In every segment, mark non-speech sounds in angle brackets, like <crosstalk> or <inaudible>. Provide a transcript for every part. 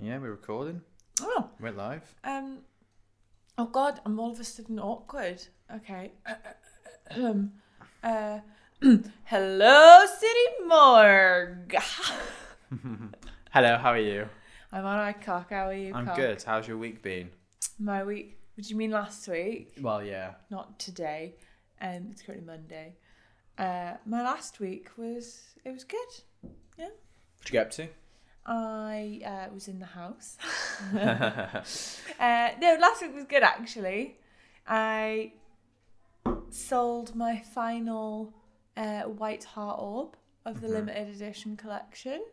Yeah, we're recording. Oh, Went live. um, oh God, I'm all of a sudden awkward. Okay. Um, uh, <clears throat> hello, City Morgue. <laughs> Hello, how are you? I'm all right, cock. How are you? I'm cock? good. How's your week been? My week. Would you mean last week? Well, yeah. Not today. Um, it's currently Monday. Uh, my last week was it was good. What you get up to? I uh, was in the <laughs> house. <laughs> yeah, Uh, no, last week was good actually. I sold my final uh, White Heart Orb of the Mhm. limited edition collection,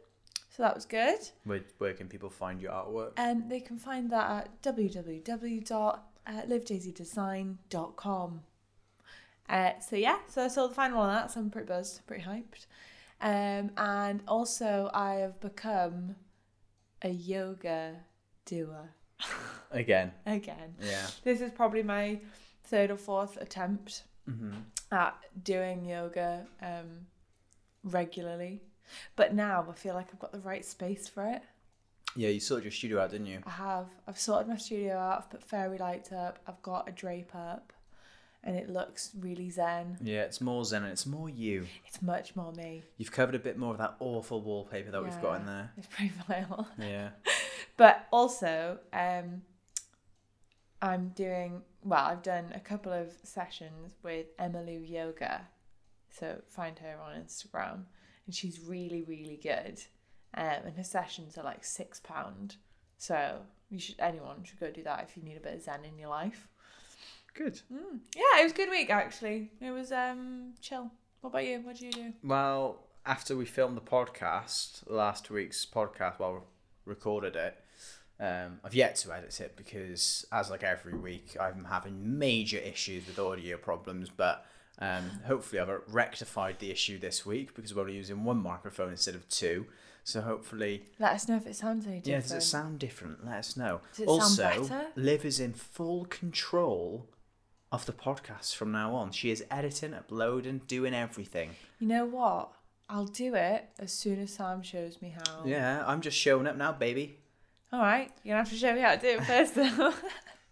so that was good. <laughs> where, where can people find your artwork? And they can find that at uh, www.livedaisydesign.com. Uh, so yeah, so I sold the final one of that, so I'm pretty buzzed, pretty hyped. Um, and also, I have become a yoga doer Again. again Yeah. this is probably my third or fourth attempt Mm-hmm. at doing yoga um, regularly. But now I feel like I've got the right space for it. Yeah, you sorted your studio out, didn't you? I have. I've sorted my studio out. I've put fairy lights up. I've got a drape up, and it looks really zen. Yeah, it's more zen and it's more you. It's much more me. You've covered a bit more of that awful wallpaper that we've got in <laughs> there. It's pretty <laughs> vile. Yeah. But also, um, I'm doing well. I've done a couple of sessions with Emmylou Yoga, so find her on Instagram, and she's really, really good. Um, and her sessions are like six pound, so you should anyone should go do that if you need a bit of zen in your life. Good. Mm. Yeah, it was a good week actually. It was um chill. What about you? What did you do? Well, after we filmed the podcast, last week's podcast, while we recorded it, um, I've yet to edit it because, as like every week, I'm having major issues with audio problems. But um, hopefully, I've rectified the issue this week because we're only using one microphone instead of two. So hopefully, Let us know if it sounds any yeah, different. does it sound different? Let us know. Does it sound also, better? Liv is in full control of the podcast from now on. She is editing, uploading, doing everything. You know what? I'll do it as soon as Sam shows me how. Yeah, I'm just showing up now, baby. All right, you're gonna have to show me how to do it first. Though. <laughs>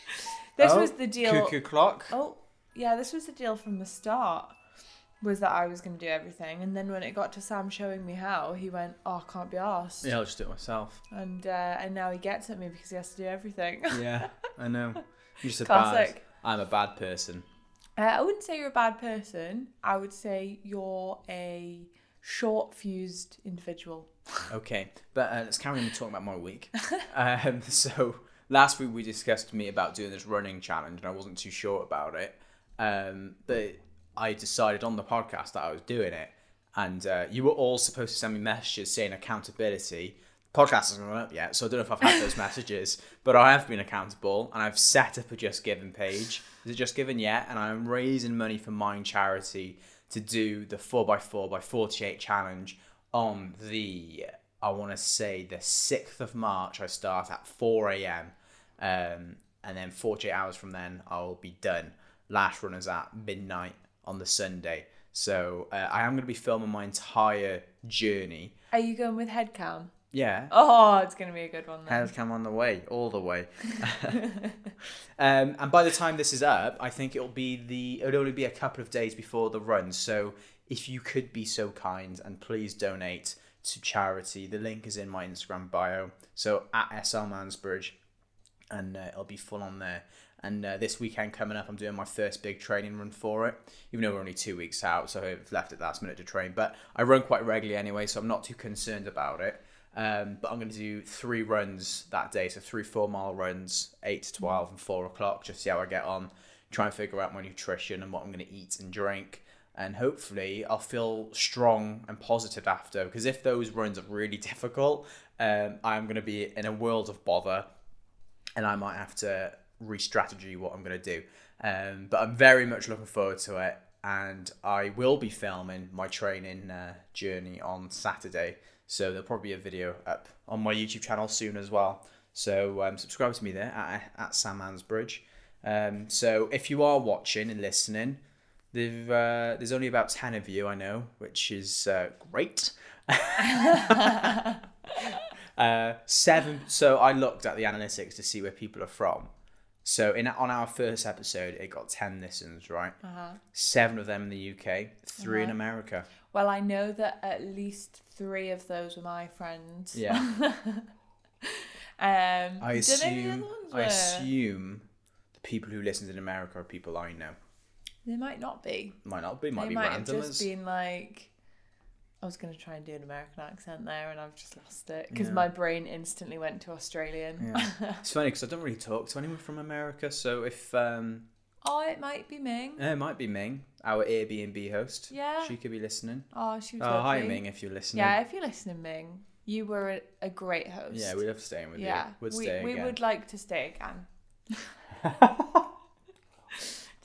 this Oh, was the deal. Cuckoo clock. Oh, yeah, this was the deal from the start. Was that I was gonna do everything, and then when it got to Sam showing me how, he went, "Oh, I can't be asked," Yeah, I'll just do it myself. and uh, and now he gets at me because he has to do everything. <laughs> Uh, Yeah, I know. You're just a bad. Classic. I'm a bad person. Uh, I wouldn't say you're a bad person. I would say you're a short fused individual. Okay, but uh, let's carry on talking about my week. um, so last week we discussed me about doing this running challenge, and I wasn't too sure about it. Um, but I decided on the podcast that I was doing it, and uh, you were all supposed to send me messages saying accountability. The podcast hasn't run up yet, so I don't know if I've had those messages, but I have been accountable, and I've set up a Just Given page. Is it Just Given yet? And I'm raising money for Mind Charity to do the 4x4 by 48 challenge on the I want to say the sixth of March. I start at four a.m. Um, and then forty-eight hours from then, I'll be done. Last run is at midnight on the Sunday. So uh, I am going to be filming my entire journey. Are you going with headcam? Yeah, Oh, it's gonna be a good one. Then. has come on the way, all the way. <laughs> um, and by the time this is up, I think it'll be the it'll only be a couple of days before the run. So if you could be so kind and please donate to charity, the link is in my Instagram bio. So at SL Mansbridge, and uh, it'll be full on there. And uh, this weekend coming up, I'm doing my first big training run for it. Even though we're only two weeks out, so I've left it last minute to train. But I run quite regularly anyway, so I'm not too concerned about it. Um, but I'm going to do three runs that day, so three four mile runs, eight to twelve, and four o'clock. Just see how I get on. Try and figure out my nutrition and what I'm going to eat and drink and hopefully I'll feel strong and positive after. Because if those runs are really <laughs> difficult, um, I'm going to be in a world of bother, and I might have to re-strategy what I'm going to do. Um, but I'm very much looking forward to it, and I will be filming my training uh, journey on Saturday. So there'll probably be a video up on my YouTube channel soon as well. So um, subscribe to me there at, at Sam Hansbridge. Um, so if you are watching and listening, They've, uh, there's only about 10 <laughs> of you, I know, which is uh, great. Uh, seven. So I looked at the analytics to see where people are from. So in on our first episode, it got ten listens, right? Uh-huh. Seven of them in the UK, 3 in Uh-huh. America. Well, I know that at least three of those were my friends. Yeah. <laughs> um, I don't know who the assume. other ones I were. assume the people who listened in America are people I know. They might not be. Might not be. Might they be might have just randomers. been like. I was going to try and do an American accent there, and I've just lost it because my brain instantly went to Australian. It's funny because I don't really talk to anyone from America. So if um, oh, it might be Ming. eh, it might be Ming, our Airbnb host. Yeah. She could be listening. Oh, she was. Oh, hi lovely. Ming, if you're listening. Yeah, if you're listening, Ming, you were a, a great host. Yeah, we love staying with Yeah, you. We'd we, stay we again. would like to <laughs> stay again.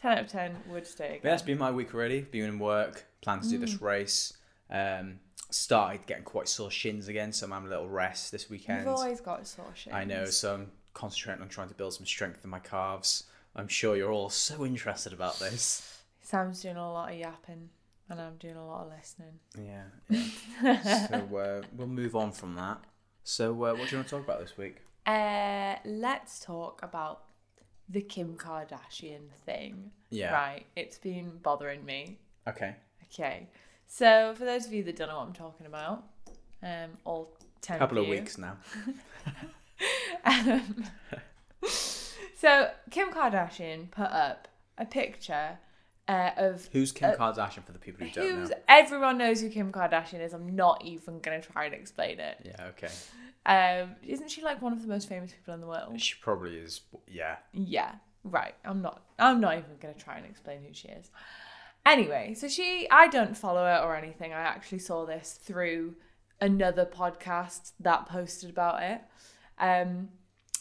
10 out of 10 would stay But again. that's been my week already. Being in work, plan to do Mm. this race. Um, started getting quite sore shins again, so I'm having a little rest this You've weekend. always got sore shins. I know, so I'm concentrating on trying to build some strength in my calves. I'm sure you're all so interested about this. Sam's doing a lot of yapping, and I'm doing a lot of listening. <laughs> Yeah. yeah. <laughs> so uh, we'll move on from that. So uh, what do you want to talk about this week? Uh, let's talk about the Kim Kardashian thing. Yeah. Right, it's been bothering me. Okay. Okay, so for those of you that don't know what I'm talking about, um, all 10 A couple of you, weeks <laughs> now. Um, <laughs> so Kim Kardashian put up a picture uh, of Who's Kim Kardashian for the people who don't who's know? everyone knows who Kim Kardashian is. I'm not even gonna try and explain it. Yeah, okay. Um, isn't she like one of the most famous people in the world? She probably is. Yeah. Yeah, right. I'm not. I'm not even gonna try and explain who she is. Anyway, so she. I don't follow her or anything. I actually saw this through another podcast that posted about it. Um,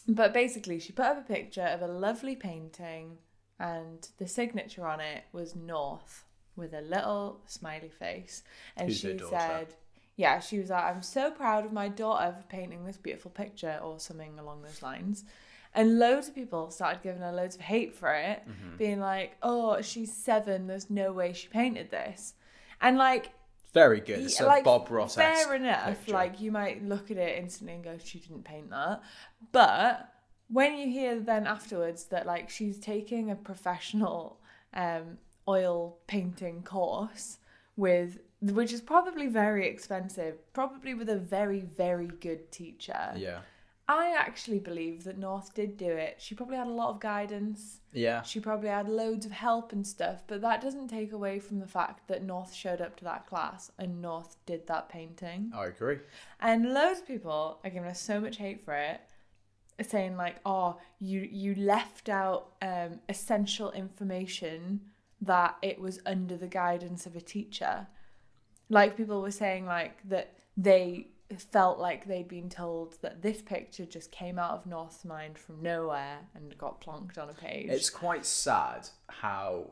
but basically, she put up a picture of a lovely painting, and the signature on it was North with a little smiley face. And Who's her she daughter? said, Yeah, she was like, I'm so proud of my daughter for painting this beautiful picture, or something along those lines. And loads of people started giving her loads of hate for it, Mm-hmm. being like, Oh, she's seven, there's no way she painted this. And like, Very good. It's yeah, a Bob Ross esque. Fair enough. picture. Like you might look at it instantly and go, "She didn't paint that," but when you hear then afterwards that like she's taking a professional um, oil painting course with, which is probably very expensive, probably with a very very good teacher. Yeah. I actually believe that North did do it. She probably had a lot of guidance. Yeah. She probably had loads of help and stuff, but that doesn't take away from the fact that North showed up to that class and North did that painting. I agree. And loads of people are giving us so much hate for it, saying like, "Oh, you you left out um, essential information that it was under the guidance of a teacher." Like people were saying like that they felt like they'd been told that this picture just came out of North's mind from nowhere and got plonked on a page. It's quite sad how.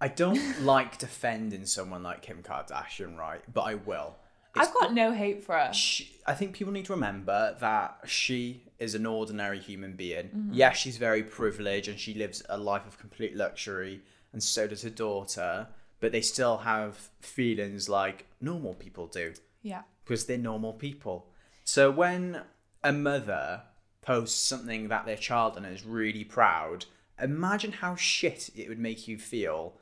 I don't like defending someone like Kim Kardashian, right? But I will. I've got no hate for her. She, I think people need to remember that she is an ordinary human being. Yeah, she's very privileged and she lives a life of complete luxury, and so does her daughter. But they still have feelings like normal people do. Yeah. because they're normal people. So when a mother posts something that their child done and is really proud, imagine how shit it would make you feel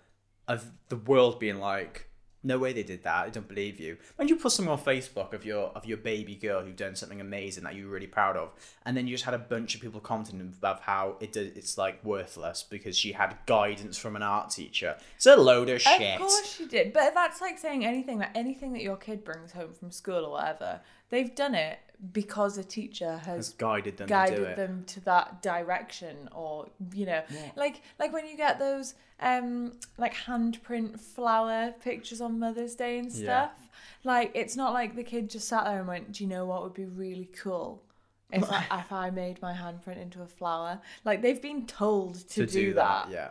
of the world being like, no way they did that. I don't believe you. When you put something on Facebook of your of your baby girl who've done something amazing that you're really proud of, and then you just had a bunch of people commenting about how it does, it's like worthless because she had guidance from an art teacher. It's a load of shit. Of course she did. But that's like saying anything like anything that your kid brings home from school or whatever. They've done it because a teacher It's has guided them to do guided it. them to that direction or you know like like when you get those um like handprint flower pictures on Mother's Day and Yeah. stuff. Like it's not like the kid just sat there and went, Do you know what would be really cool? If I, <laughs> if I made my handprint into a flower, like they've been told to to, do, that. yeah.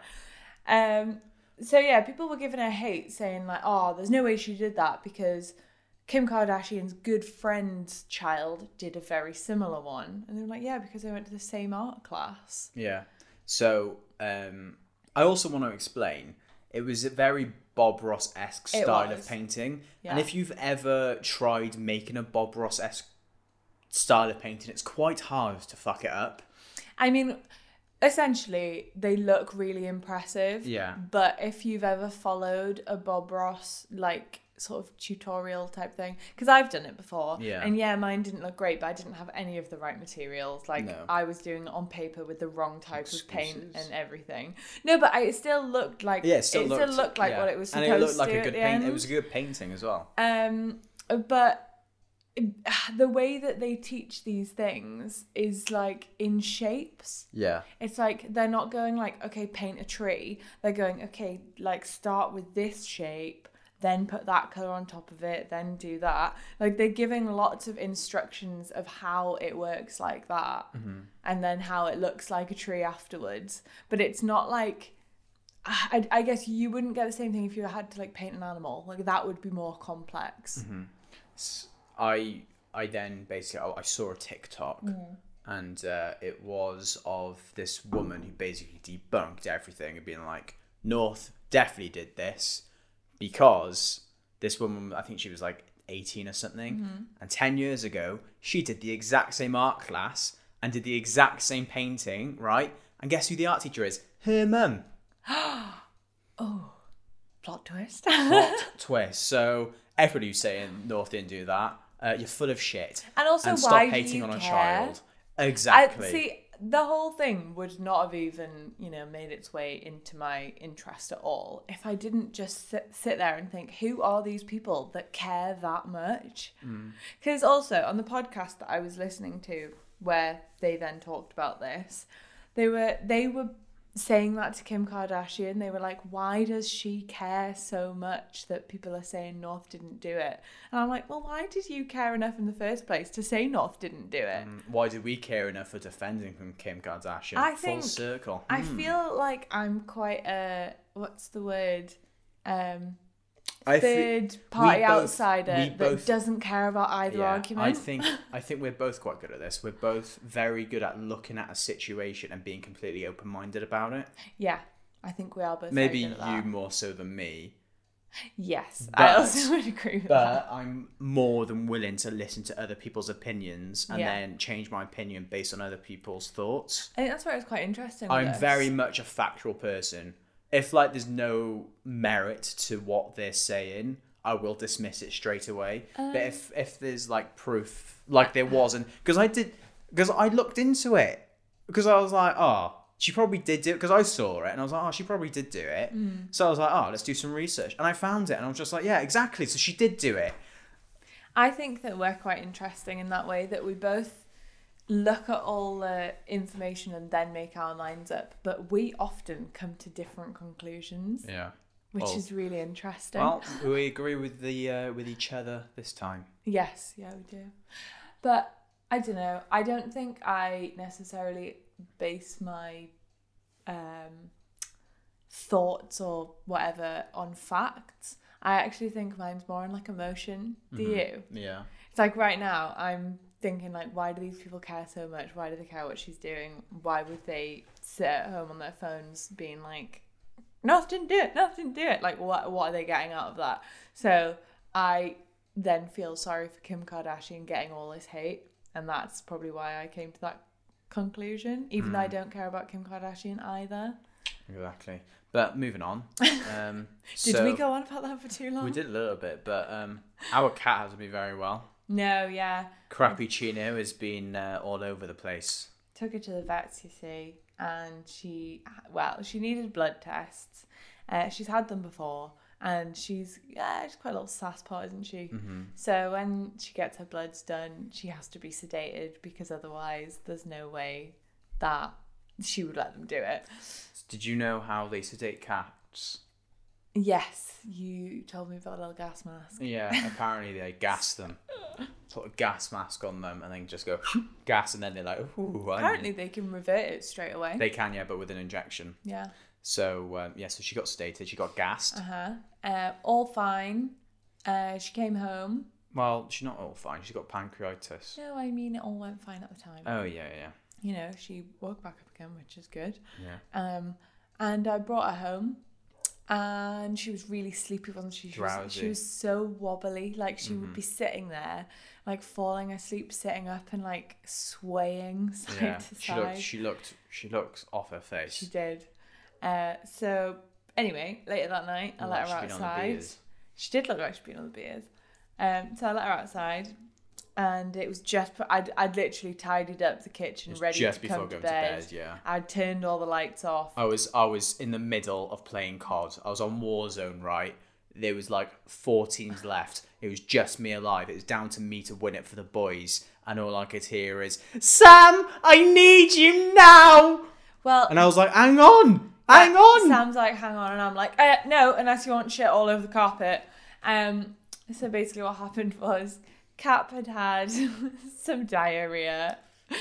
Um, so yeah, people were giving her hate, saying like, "Oh, there's no way she did that because Kim Kardashian's good friend's child did a very similar one," and they were like, "Yeah, because they went to the same art class." Yeah. So um, I also want to explain it was a very Bob Ross esque It style was. of painting. Yeah. And if you've ever tried making a Bob Ross esque style of painting, it's quite hard to fuck it up. I mean, essentially, they look really impressive. Yeah. But if you've ever followed a Bob Ross like sort of tutorial type thing, because I've done it before, Yeah. and yeah, mine didn't look great, but I didn't have any of the right materials. Like No. I was doing it on paper with the wrong type of paint Excuses. and everything. No, but I, it still looked like Yeah, it still looked, like yeah. what it was supposed and it looked like to. a at good the paint. end. It was a good painting as well. Um, but <sighs> the way that they teach these things is like in shapes. Yeah, It's like they're not going like, okay, paint a tree. They're going, okay, like start with this shape, then put that color on top of it, then do that. Like they're giving lots of instructions of how it works like that, Mm-hmm. and then how it looks like a tree afterwards. But it's not like. I, I guess you wouldn't get the same thing if you had to like paint an animal. Like that would be more complex. Mm-hmm. S- I I then basically oh, I, I saw a TikTok, and uh, it was of this woman who basically debunked everything and being like, North definitely did this because this woman I think she was like eighteen or something, and ten years ago she did the exact same art class and did the exact same painting, right? And guess who the art teacher is? Her mum. Plot twist. <laughs> plot twist. So everybody who's saying North didn't do that, uh, you're full of shit. And also, and why stop do hating you on a care? child. I Exactly. see the whole thing would not have even you know made its way into my interest at all if I didn't just sit, sit there and think who are these people that care that much because also on the podcast that I was listening to where they then talked about this they were they were saying that to Kim Kardashian they were like why does she care so much that people are saying North didn't do it and I'm like well why did you care enough in the first place to say North didn't do it Mm, Why do we care enough for defending from Kim Kardashian? I full think- circle. I feel like I'm quite a what's the word? Um, I thi- third party both- outsider we that both- doesn't care about either yeah, argument. I think I think we're both quite good at this. We're both very good at looking at a situation and being completely open minded about it. yeah, I think we are both. very Maybe good at that. you more so than me, Yes, I But- also <laughs> would agree with that. but <laughs> I'm more than willing to listen to other people's opinions and Yeah. then change my opinion based on other people's thoughts. I think that's where it's quite interesting. with I'm us. very much a factual person. If like there's no merit to what they're saying, I will dismiss it straight away. but if if there's like proof, like there wasn't, because I did, because I looked into it, because I was like, oh, she probably did do it, because I saw it and I was like, oh, she probably did do it. So I was like, oh, let's do some research, and I found it, and I was just like, yeah, exactly. So she did do it. I think that we're quite interesting in that way that we both look at all the information and then make our minds up, but we often come to different conclusions, Yeah. which Well- is really interesting. Well, we agree with the uh, with each other this time. Yes, yeah, we do. But I don't know. I don't think I necessarily base my um, thoughts or whatever on facts. I actually think mine's more on like emotion. Do you? Yeah. It's like right now I'm thinking like, why do these people care so much? Why do they care what she's doing? Why would they sit at home on their phones being like, nothing do it, nothing do it? Like what what are they getting out of that? So I then feel sorry for Kim Kardashian getting all this hate, and that's probably why I came to that conclusion. Even though I Hmm. don't care about Kim Kardashian either. Exactly. But moving <laughs> on. Um, Did so- we go on about that for too long? We did a little bit, but um, our cat hasn't been very well. No, yeah. Crappy Chino has been uh, all over the place. took her to the vets, you see, and she, well, she needed blood tests. Uh, she's had them before, and she's, yeah, she's quite a little sasspot, isn't she? So when she gets her bloods done, she has to be sedated because otherwise, there's no way that she would let them do it. Did you know how they sedate cats? Yes, you told me about a little gas mask. Yeah, <laughs> apparently they gas them. Put a gas mask on them and then just go <laughs> gas, and then they're like, ooh. I'm-" Apparently, they can revert it straight away. They can, yeah, but with an injection. yeah. So, um, yeah, so she got sedated, she got gassed. Uh-huh. Uh, all fine. Uh, she came home. Well, she's not all fine, she's got pancreatitis. No, I mean, it all went fine at the time. Oh, yeah, yeah. you know, she woke back up again, which is good. Yeah. Um, and I brought her home, and she was really sleepy, wasn't she? She was, Drowsy. Mm-hmm. she was so wobbly. Like she would be sitting there, like falling asleep, sitting up, and like swaying <laughs> side Yeah, to she looked. side. She looked. She looked off her face. She did. Uh, so anyway, later that night, I let Like her she'd been on the outside. beers. She did look like she'd been on the beers. Um, so I let her outside, and it was just I'd I'd literally tidied up the kitchen, It was ready just to before come to going bed. to bed. Yeah. I'd turned all the lights off. I was I was in the middle of playing COD. I was on Warzone, right? There was like four teams left. It was just me alive. It was down to me to win it for the boys, and all I could hear is Sam, I need you now. Well, uh, And I was like, Hang on, hang on. Sam's like, hang on, and I'm like, uh, no, unless you want shit all over the carpet. Um, so basically, what happened was, Cap had had <laughs> some diarrhea, Yeah.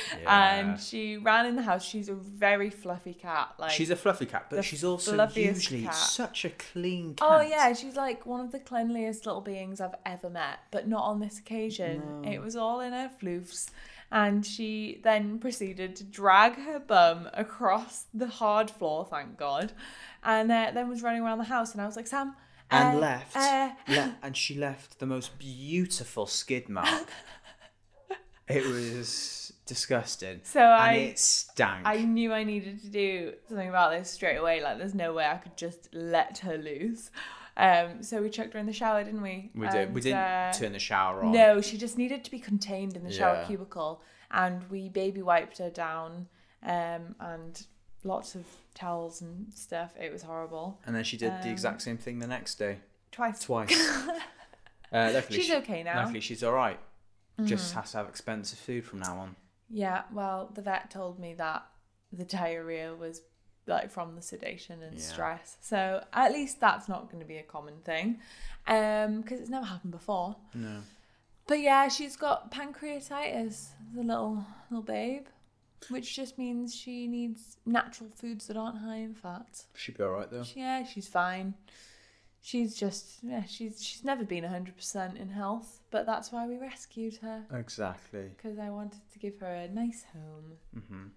and she ran in the house. She's a very fluffy cat, like she's a fluffy cat, but the she's also fluffiest usually cat. such a clean cat. Oh yeah, she's like one of the cleanliest little beings I've ever met, but not on this occasion. It was all in her floofs. And she then proceeded to drag her bum across the hard floor, thank God, and uh, then was running around the house. And I was like, Sam, And uh, left, uh, le- and she left the most beautiful skid <laughs> mark. it was disgusting. So and I- it stank. I knew I needed to do something about this straight away. Like, there's no way I could just let her loose. Um, so we chucked her in the shower, didn't we? We did. And, we didn't uh, turn the shower on. No, she just needed to be contained in the shower Yeah. cubicle, and we baby wiped her down, um, and lots of towels and stuff. It was horrible. And then she did the Um, exact same thing the next day, <laughs> Twice. twice. uh, luckily, She's she- okay now. Mm. Luckily, she's all right. Just has to have expensive food from now on. Yeah. Well, the vet told me that the diarrhea was like from the sedation and Yeah. stress. So at least that's not going to be a common thing, um, because it's never happened before. No. But yeah, she's got pancreatitis, the little little babe, which just means she needs natural foods that aren't high in fat. She'd be all right though. She- Yeah, she's fine. She's just yeah, she's she's never been hundred percent in health, but that's why we rescued her Exactly. because I wanted to give her a nice home.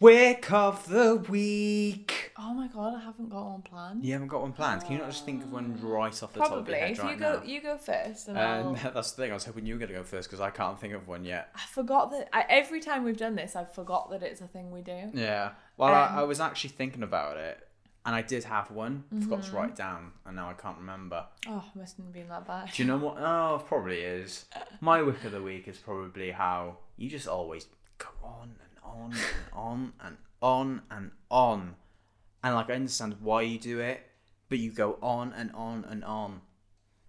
Wick of the week. Oh my god, I haven't got one planned. You haven't got one planned. Can you not just think of one right off the top of Probably. your head If right you go, now? you go first, and Um, <laughs> I'll. that's the thing. I was hoping you were going to go first because I can't think of one yet. I forgot that I, every time we've done this, I've forgot that it's a thing we do. Yeah. Well, I, I was actually thinking about it, and I did have one. Forgot to write it down, and now I can't remember. Oh, it mustn't have been that bad. Do you know what? Oh, it probably is. My wick of the week is probably how you just always go on and on and on and on and on. And like, I understand why you do it, but you go on and on and on.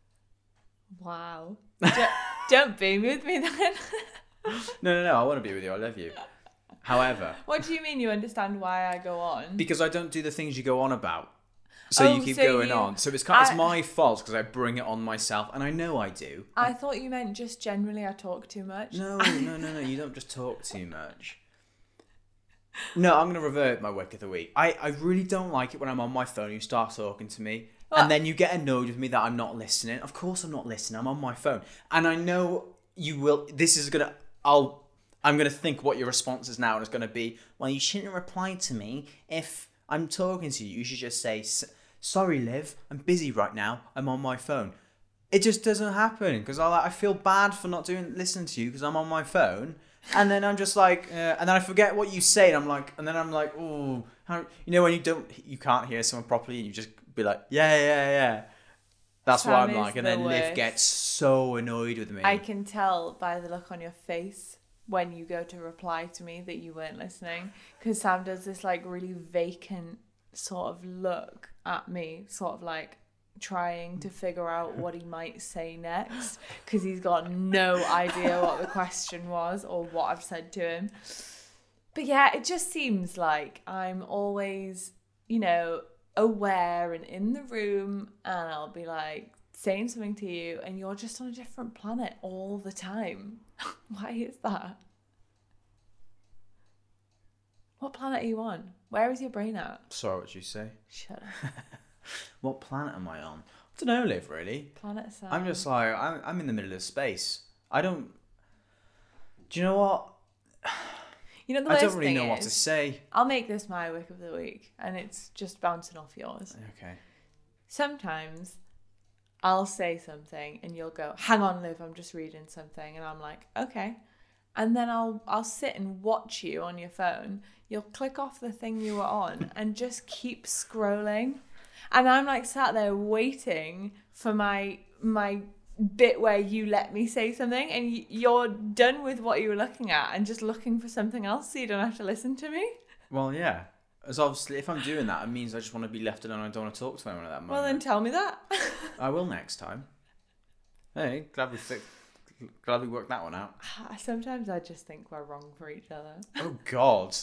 <laughs> Wow. don't, don't be with me then. <laughs> No, no, no, I want to be with you. I love you. However, what do you mean you understand why I go on? because I don't do the things you go on about. So you Oh, keep so going you- on. So it's kind of, I- it's my fault because I bring it on myself, and I know I do. I thought you meant just generally I talk too much. <laughs> No, no, no, no. You don't just talk too much. No, I'm going to revert my wick of the week. I, I really don't like it when I'm on my phone. You start talking to me, Well- and then you get annoyed with me that I'm not listening. Of course, I'm not listening. I'm on my phone, and I know you will. This is gonna. I'll. I'm gonna think what your response is now, and it's gonna be, well, you shouldn't reply to me if I'm talking to you. You should just say, "S- sorry, Liv. I'm busy right now. I'm on my phone it just doesn't happen because I like, I feel bad for not doing listening to you because I'm on my phone and then I'm just like uh, and then I forget what you say and I'm like and then I'm like oh you know when you don't you can't hear someone properly and you just be like yeah yeah yeah that's what Sam I'm is like and the then Liv worst. gets so annoyed with me I can tell by the look on your face when you go to reply to me that you weren't listening because Sam does this like really vacant sort of look at me, sort of like trying to figure out what he might say next because he's got no idea what the question was or what I've said to him. But yeah, it just seems like I'm always, you know, aware and in the room, and I'll be like saying something to you, and you're just on a different planet all the time. <laughs> Why is that? What planet are you on? Where is your brain at? sorry what did you say Shut up. what planet am I on I don't know Liv really Planet Sam. I'm just like I'm, I'm in the middle of space I don't do you know what You know the I worst don't really thing know what is, to say I'll make this my wick of the week, and it's just bouncing off yours. okay sometimes I'll say something and you'll go, "Hang on, Liv, I'm just reading something," and I'm like, "Okay," and then I'll I'll sit and watch you on your phone. You'll click off the thing you were on and just keep scrolling, and I'm like sat there waiting for my my bit where you let me say something and y- you're done with what you were looking at and just looking for something else so you don't have to listen to me Well, yeah. As obviously, if I'm doing that, it means I just want to be left alone. I don't want to talk to anyone at that moment. well then tell me that <laughs> I will next time. Hey, glad we fi- glad we worked that one out. sometimes i just think we're wrong for each other Oh God.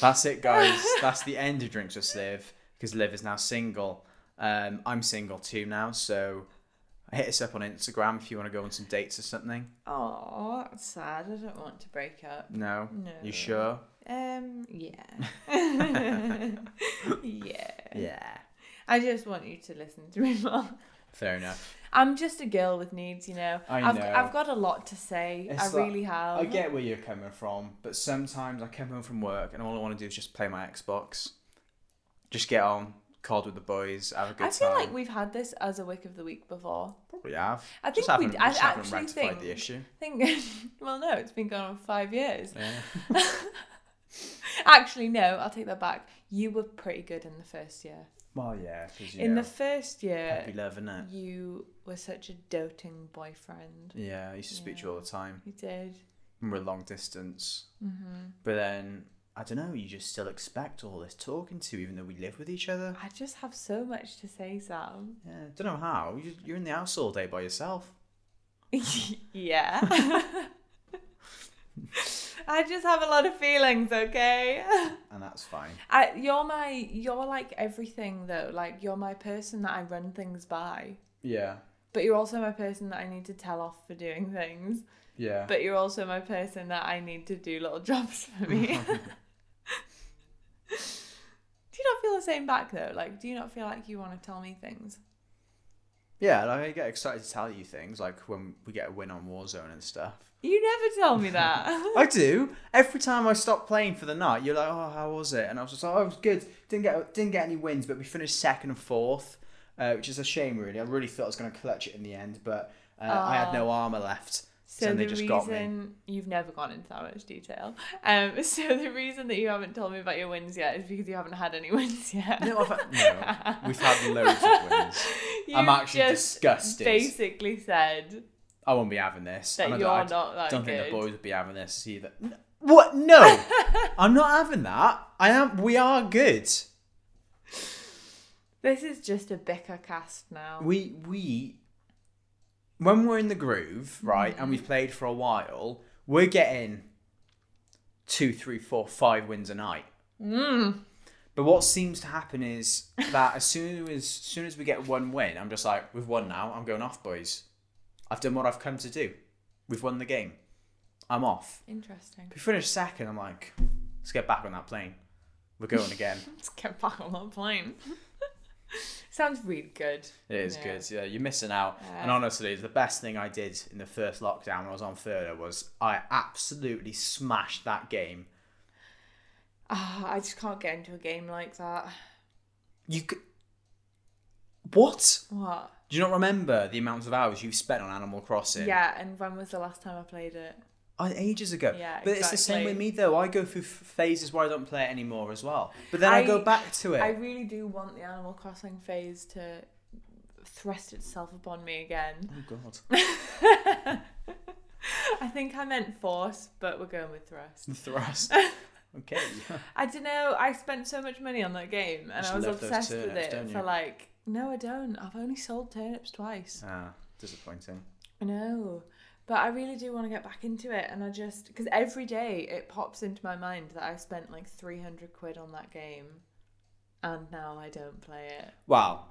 That's it, guys. That's the end of Drinks with Liv because Liv is now single. Um, I'm single too now, so hit us up on Instagram if you want to go on some dates or something. oh that's sad i don't want to break up No, No. you sure? um <laughs> yeah <laughs> yeah Yeah, i just want you to listen to me more fair enough. i'm just a girl with needs you know I have know. I've got a lot to say It's i like- really have I get where you're coming from, but sometimes I come home from work and all I want to do is just play my Xbox, just get on, cod with the boys, have a good i feel time. like we've had this as a wick of the week before Probably have. I Just think we. haven't, I just haven't actually rectified think. the issue. think. <laughs> Well, no, it's been going on for five years. <laughs> Yeah. Actually, no, I'll take that back. You were pretty good in the first year. Well, yeah, because you In know, the first year, happy loving it. Mm. you were such a doting boyfriend. Yeah, I used to speak to you all the time. You did. When we're long distance. Mm-hmm. But then I don't know. You just still expect all this talking to, even though we live with each other. I just have so much to <laughs> say, Sam. Yeah, don't know how. You, you're in the house all day by yourself. yeah. I just have a lot of feelings, okay? And that's fine. I, you're my, you're like everything though. Like you're my person that I run things by. Yeah, But you're also my person that I need to tell off for doing things. yeah. But you're also my person that I need to do little jobs for <laughs> me. do you not feel the same back though? Like, do you not feel like you want to tell me things? yeah, like, I get excited to tell you things, like when we get a win on Warzone and stuff. You never tell me that. I do. Every time I stop playing for the night, you're like, "Oh, how was it?" And I was just like, "Oh, it was good. Didn't get didn't get any wins, but we finished second and fourth, uh, which is a shame, really. I really thought I was going to clutch it in the end, but uh, I had no armor left, so <laughs> so they the just reason got me." you've never gone into that much detail. Um, <laughs> so the reason that you haven't told me about your wins yet is because you haven't had any <laughs> wins yet. No, I've had, no, we've had loads of <laughs> wins. I'm You've actually just disgusted. Basically said I won't be having this. that And I you're don't- I not that don't good. think the boys would be having this either. N- What? <laughs> No, I'm not having that. I am. We are good. This is just a bicker cast now. we we when we're in the groove right and we've played for a while we're getting two three four five wins a night but what seems to happen is that as soon as soon as we get one win i'm just like we've won now i'm going off boys i've done what i've come to do we've won the game i'm off Interesting. if we finish second i'm like let's get back on that plane we're going again Let's get back on that plane. <laughs> Sounds really good. It is Yeah. good. Yeah, you're missing out. and honestly, the best thing I did in the first lockdown when I was on furlough was I absolutely smashed that game. Ah, I just can't get into a game like that. You could. What? What? Do you not remember the amount of hours you've spent on Animal Crossing? Yeah, and when was the last time I played it? Uh, ages ago. Yeah, But it's the same with me, exactly. though. I go through f- phases where I don't play it anymore as well. But then I, I- go back to it. I really do want the Animal Crossing phase to thrust itself upon me again. <laughs> Oh, God. I think I meant force, but we're going with thrust. The thrust. okay. <laughs> I don't know. I spent so much money on that game, and just I was love those obsessed with turnips, it don't for you? like. No, I don't. I've only sold turnips twice. Ah, disappointing. I know, but I really do want to get back into it, and I just because every day it pops into my mind that I spent like three hundred quid on that game, and now I don't play it. Wow.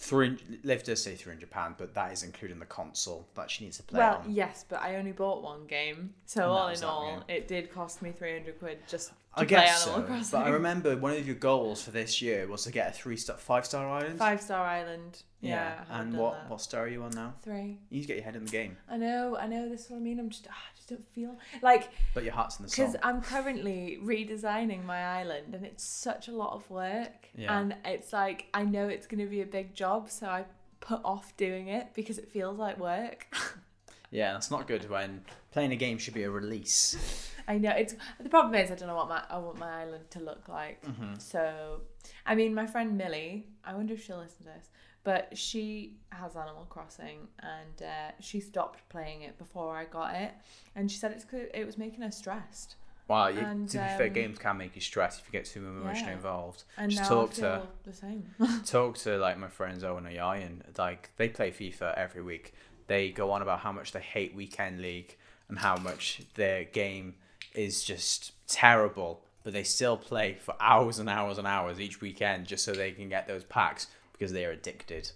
Three, Liv does say £300, but that is including the console that she needs to play well, on. yes, but I only bought one game, so And that all was in that all, game. it did cost me three hundred quid just I play guess so. Animal But I Crossing. <laughs> remember one of your goals for this year was to get a three star, five star island. Five Star Island. Yeah. I haven't and done what that. what star are you on now? Three. You need to get your head in the game, I know, I know. This is what I mean. I'm just, ah, I just don't feel like but your heart's in the because song. I'm currently redesigning my island, and it's such a lot of work. Yeah. And it's like I know it's going to be a big job, so I put off doing it because it feels like work. Yeah, that's not good when playing a game should be a <laughs> release. I know it's the problem is I don't know what my I want my island to look like. So, I mean, my friend Millie, I wonder if she'll listen to this, but she has Animal Crossing and uh, she stopped playing it before I got it, and she said it's 'cause it was making her stressed. Wow, you, And, to be fair, um, games can make you stress if you get too emotionally Yeah. involved. And Just now talk I to feel her. the same. talk to like my friends Owen and Yai, and like they play FIFA every week. They go on about how much they hate weekend league and how much their game is just terrible, but they still play for hours and hours and hours each weekend just so they can get those packs because they are addicted.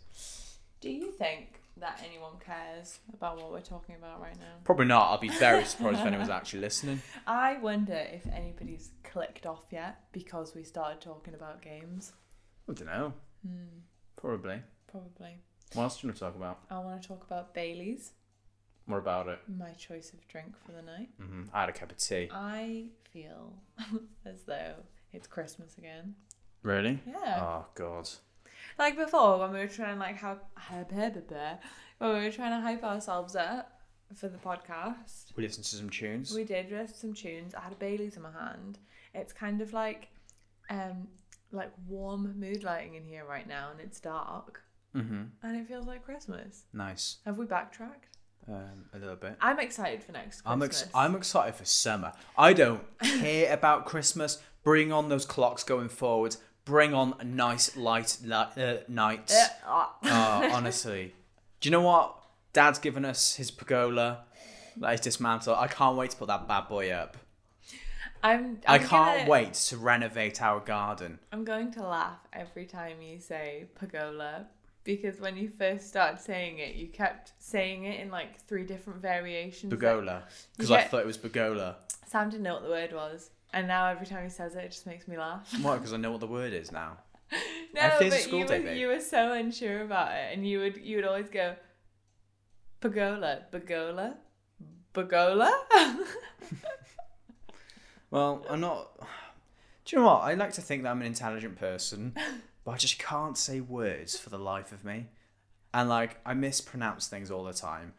Do you think that anyone cares about what we're talking about right now? Probably not. I'll be very surprised if anyone's actually listening. I wonder if anybody's clicked off yet because we started talking about games. I don't know. Hmm. Probably. Probably. What else do you want to talk about? I want to talk about Bailey's. More about it. my choice of drink for the night. hmm I had a cup of tea. I feel <laughs> as though it's Christmas again. Really? Yeah. Oh god. Like before when we were trying like how <laughs> when we were trying to hype ourselves up for the podcast. We listened to some tunes. We did with some tunes. I had a Bailey's in my hand. It's kind of like um like warm mood lighting in here right now and it's dark Mm-hmm. and it feels like Christmas. Nice. Have we backtracked? Um, a little bit. I'm excited for next Christmas. I'm ex- I'm excited for summer. I <laughs> don't care about Christmas. Bring on those clocks going forward. Bring on a nice light li- uh, nights. Eh, ah. <laughs> Oh, <laughs> honestly, do you know what? Dad's given us his pergola that he's dismantled. I can't wait to put that bad boy up. I'm, I I'm can't gonna- wait to renovate our garden. I'm going to laugh every time you say pergola because when you first started saying it, you kept saying it in like three different variations. that Pergola, because I get- thought it was pergola. Sam didn't know what the word was, and now every time he says it, it just makes me laugh. Why? Because I know what the word is now. No, Every day's a but school you, day, were, babe. you were so unsure about it, and you would you would always go pergola, pergola, pergola. Well, I'm not. Do you know what? I like to think that I'm an intelligent person, but I just can't say words for the life of me. And like, I mispronounce things all the time.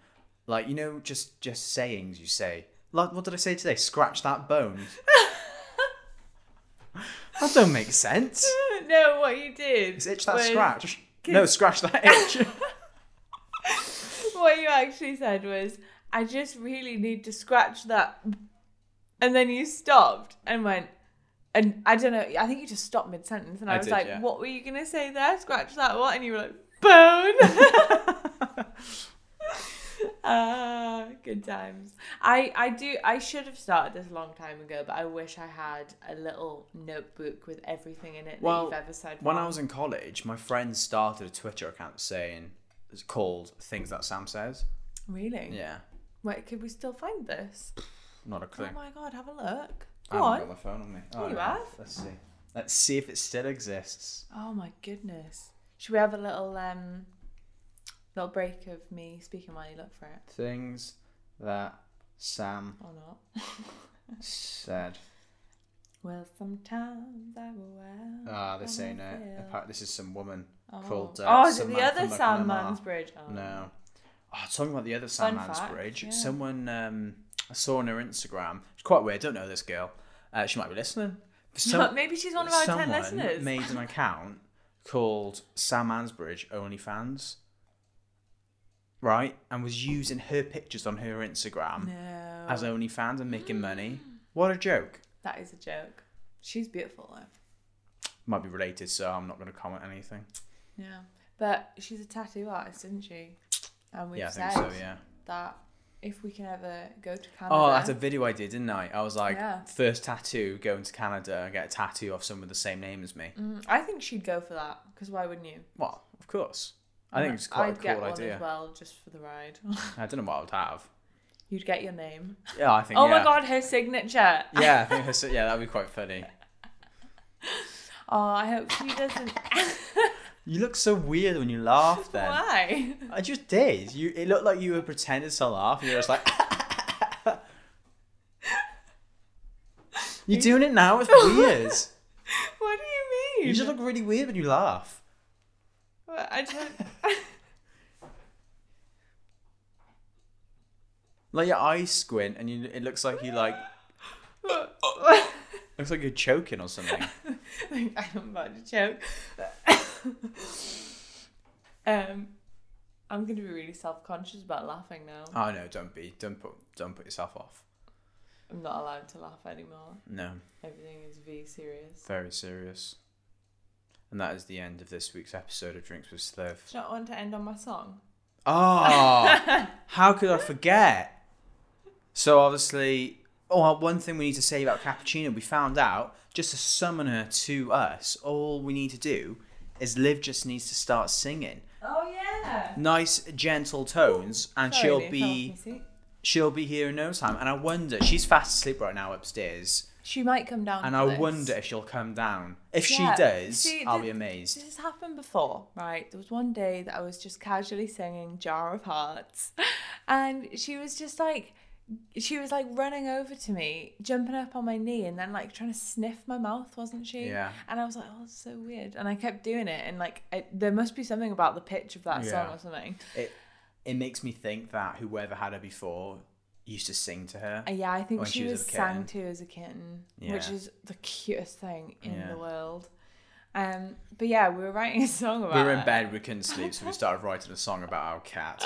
Like, you know, just just sayings you say. Like, what did I say today? Scratch that bone. that don't make sense. <laughs> no, what you did? It's itch that was- scratch. No, scratch that itch. What you actually said was, I just really need to scratch that. And then you stopped and went, and I don't know, I think you just stopped mid sentence. And I, I was did, like, yeah. what were you going to say there? Scratch that what? And you were like, bone. <laughs> Ah, good times. I, I do, I should have started this a long time ago, but I wish I had a little notebook with everything in it Well, that you've ever said. when I wrong. was in college, my friends started a Twitter account saying it's called things that Sam says. Really? Yeah, Wait, could we still find this? not a clue. Oh my god, have a look. I haven't Go on. got my phone on me. Oh, you no. have? Let's see. Let's see if it still exists. Oh my goodness. Should we have a little um little break of me speaking while you look for it? Things that Sam Or not? said. Well sometimes I will well. Ah, this ain't it. feel- Apparently, this is some woman Oh, called. Uh, oh is it the Samantha other Sam McNamara. Mansbridge? Oh. No. Oh, talking about the other Fun Sam fact, Mansbridge, yeah. someone um, I saw on her Instagram. It's quite weird. I don't know this girl. Uh, she might be listening. Some- <laughs> Maybe she's one of our ten someone listeners. made an account called Sam Ansbridge OnlyFans, right? And was using her pictures on her Instagram No. Mm. as OnlyFans and making money. What a joke! that is a joke. She's beautiful though. Might be related, so I'm not going to comment anything. Yeah. But she's a tattoo artist, isn't she? And we've yeah, I said think so. Yeah. that if we can ever go to Canada Oh, that's a video I did, didn't I? I was like, Yeah. first tattoo, going to Canada and get a tattoo of someone with the same name as me. Mm, I think she'd go for that because why wouldn't you? Well, of course. I think it's quite I'd a get cool one idea. as well just for the ride. <laughs> I don't know what I would have. You'd get your name. Yeah, I think. Oh yeah. my god, her signature. Yeah, I think that's, yeah, that'd be quite funny. Oh, I hope she doesn't. <laughs> <laughs> You look so weird when you laugh. Then Why? I just did. You. It looked like you were pretending to laugh. And you were just like. <laughs> You're doing it now. It's weird. What do you mean? You just look really weird when you laugh. Well, <laughs> I just. Like your eyes squint, and you, it looks like you <laughs> like looks like you're choking or something. Like, I'm about to choke. <laughs> um, I'm gonna be really self-conscious about laughing now. Oh no, don't be. Don't put. Don't put yourself off. I'm not allowed to laugh anymore. No, Everything is V serious. very serious. And that is the end of this week's episode of Drinks with Slurf. Do you not want to end on my song? Oh, how could I forget? So obviously, oh, well, one thing we need to say about cappuccino, we found out just to summon her to us. All we need to do is Liv just needs to start singing Oh yeah. nice, gentle tones, and she'll be she'll be here in no time. And I wonder, she's fast asleep right now upstairs, She might come down. and for I this. wonder if she'll come down. If Yeah, she does, see, I'll the- be amazed. This has happened before, right? There was one day that I was just casually singing Jar of Hearts, <laughs> and she was just like, she was like running over to me, jumping up on my knee, and then like trying to sniff my mouth, wasn't she? Yeah. And I was like, oh, it's so weird. And I kept doing it, and like, I, there must be something about the pitch of that Yeah. song or something. It it makes me think that whoever had her before used to sing to her. Uh, Yeah, I think When she, she was was, a sang to as a kitten, which Yeah. is the cutest thing in Yeah. the world. Um, but yeah, we were writing a song about. we were in it. bed, we couldn't sleep, so we <laughs> started writing a song about our cat.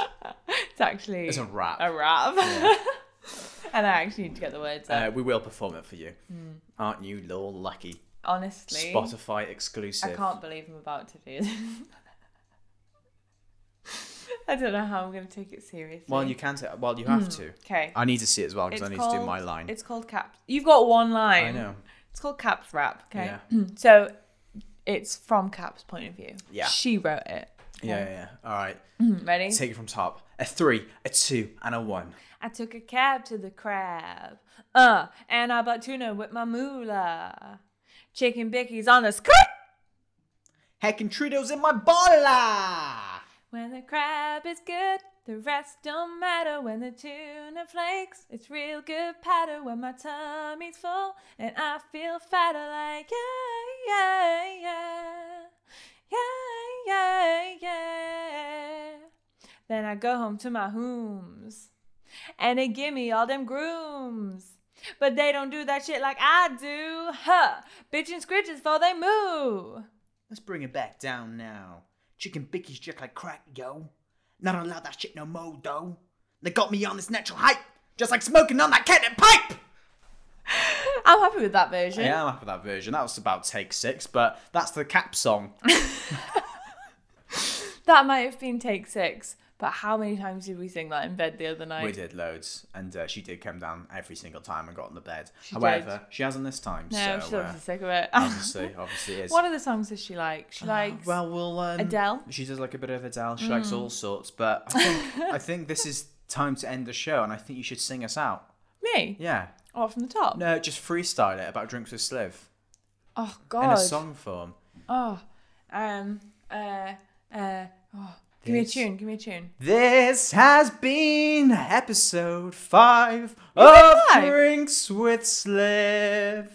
It's actually It's a rap. a rap. <laughs> and I actually need to get the words out. Uh, we will perform it for you. Aren't you lol lucky? Honestly, Spotify Hmm. I exclusive. can't believe I'm about to do this. <laughs> I don't know how I'm going to take it seriously. Well, you can. T- well, you have to. Okay. I need to see it as well because I need to do my line. It's Hmm. called Caps. You've got one line. I know. It's called Caps Rap. Okay. Yeah. <clears throat> So it's from Caps' point of view. Yeah. She wrote it. <clears throat> Yeah, yeah. yeah. All right. Mm, Ready? Take it from top. A three, a two, and a one. I took a cab to the crab. Uh, and I bought tuna with my moolah. Chicken bickies on the skirt. Heckin' Trudeau's in my body la! When the crab is good, the rest don't matter. When the tuna flakes, it's real good patter. When my tummy's full and I feel fatter, like yeah, yeah, yeah, yeah, yeah, yeah. Then I go home to my homes, and they give me all them grooms. But they don't do that shit like I do, huh? Bitchin' scritches before they moo. Let's bring it back down now. Chicken bickies just like crack, yo. Not allowed that shit no more, though. They got me on this natural hype, just like smoking on that catnip pipe! I'm happy with that version. Yeah, I'm happy with that version. That was about take six, but that's the cap <laughs> song. That might have been take six, but how many times did we sing that in bed the other night? we did loads, and uh, she did come down every single time and got on the bed. She However, she hasn't this time, no, she's so uh, obviously sick of it. <laughs> <laughs> obviously, obviously it is. One of the songs does she like? She likes well, we'll um, Adele. Mm. She does like a bit of Adele. She likes all sorts, but I think I think this is time to end the show, and I think you should sing us out. me. Yeah, Or from the top. no, just freestyle it about drinks with Sliv Oh in God. a song form. Oh, um, uh, uh. Oh. Give me a This- tune. Give me a tune. This has been episode five of did five. Drinks with Sliv.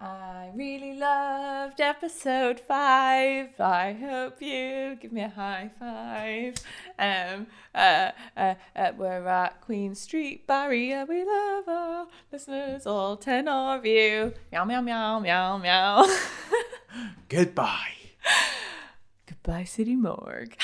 I really loved episode five. I hope you give me a high five. Um, uh, uh, uh, we're at Queen Street Barrier. We love our listeners, all ten of you. Meow, meow, meow, meow, meow. <laughs> Goodbye. <laughs> Goodbye, City Morgue.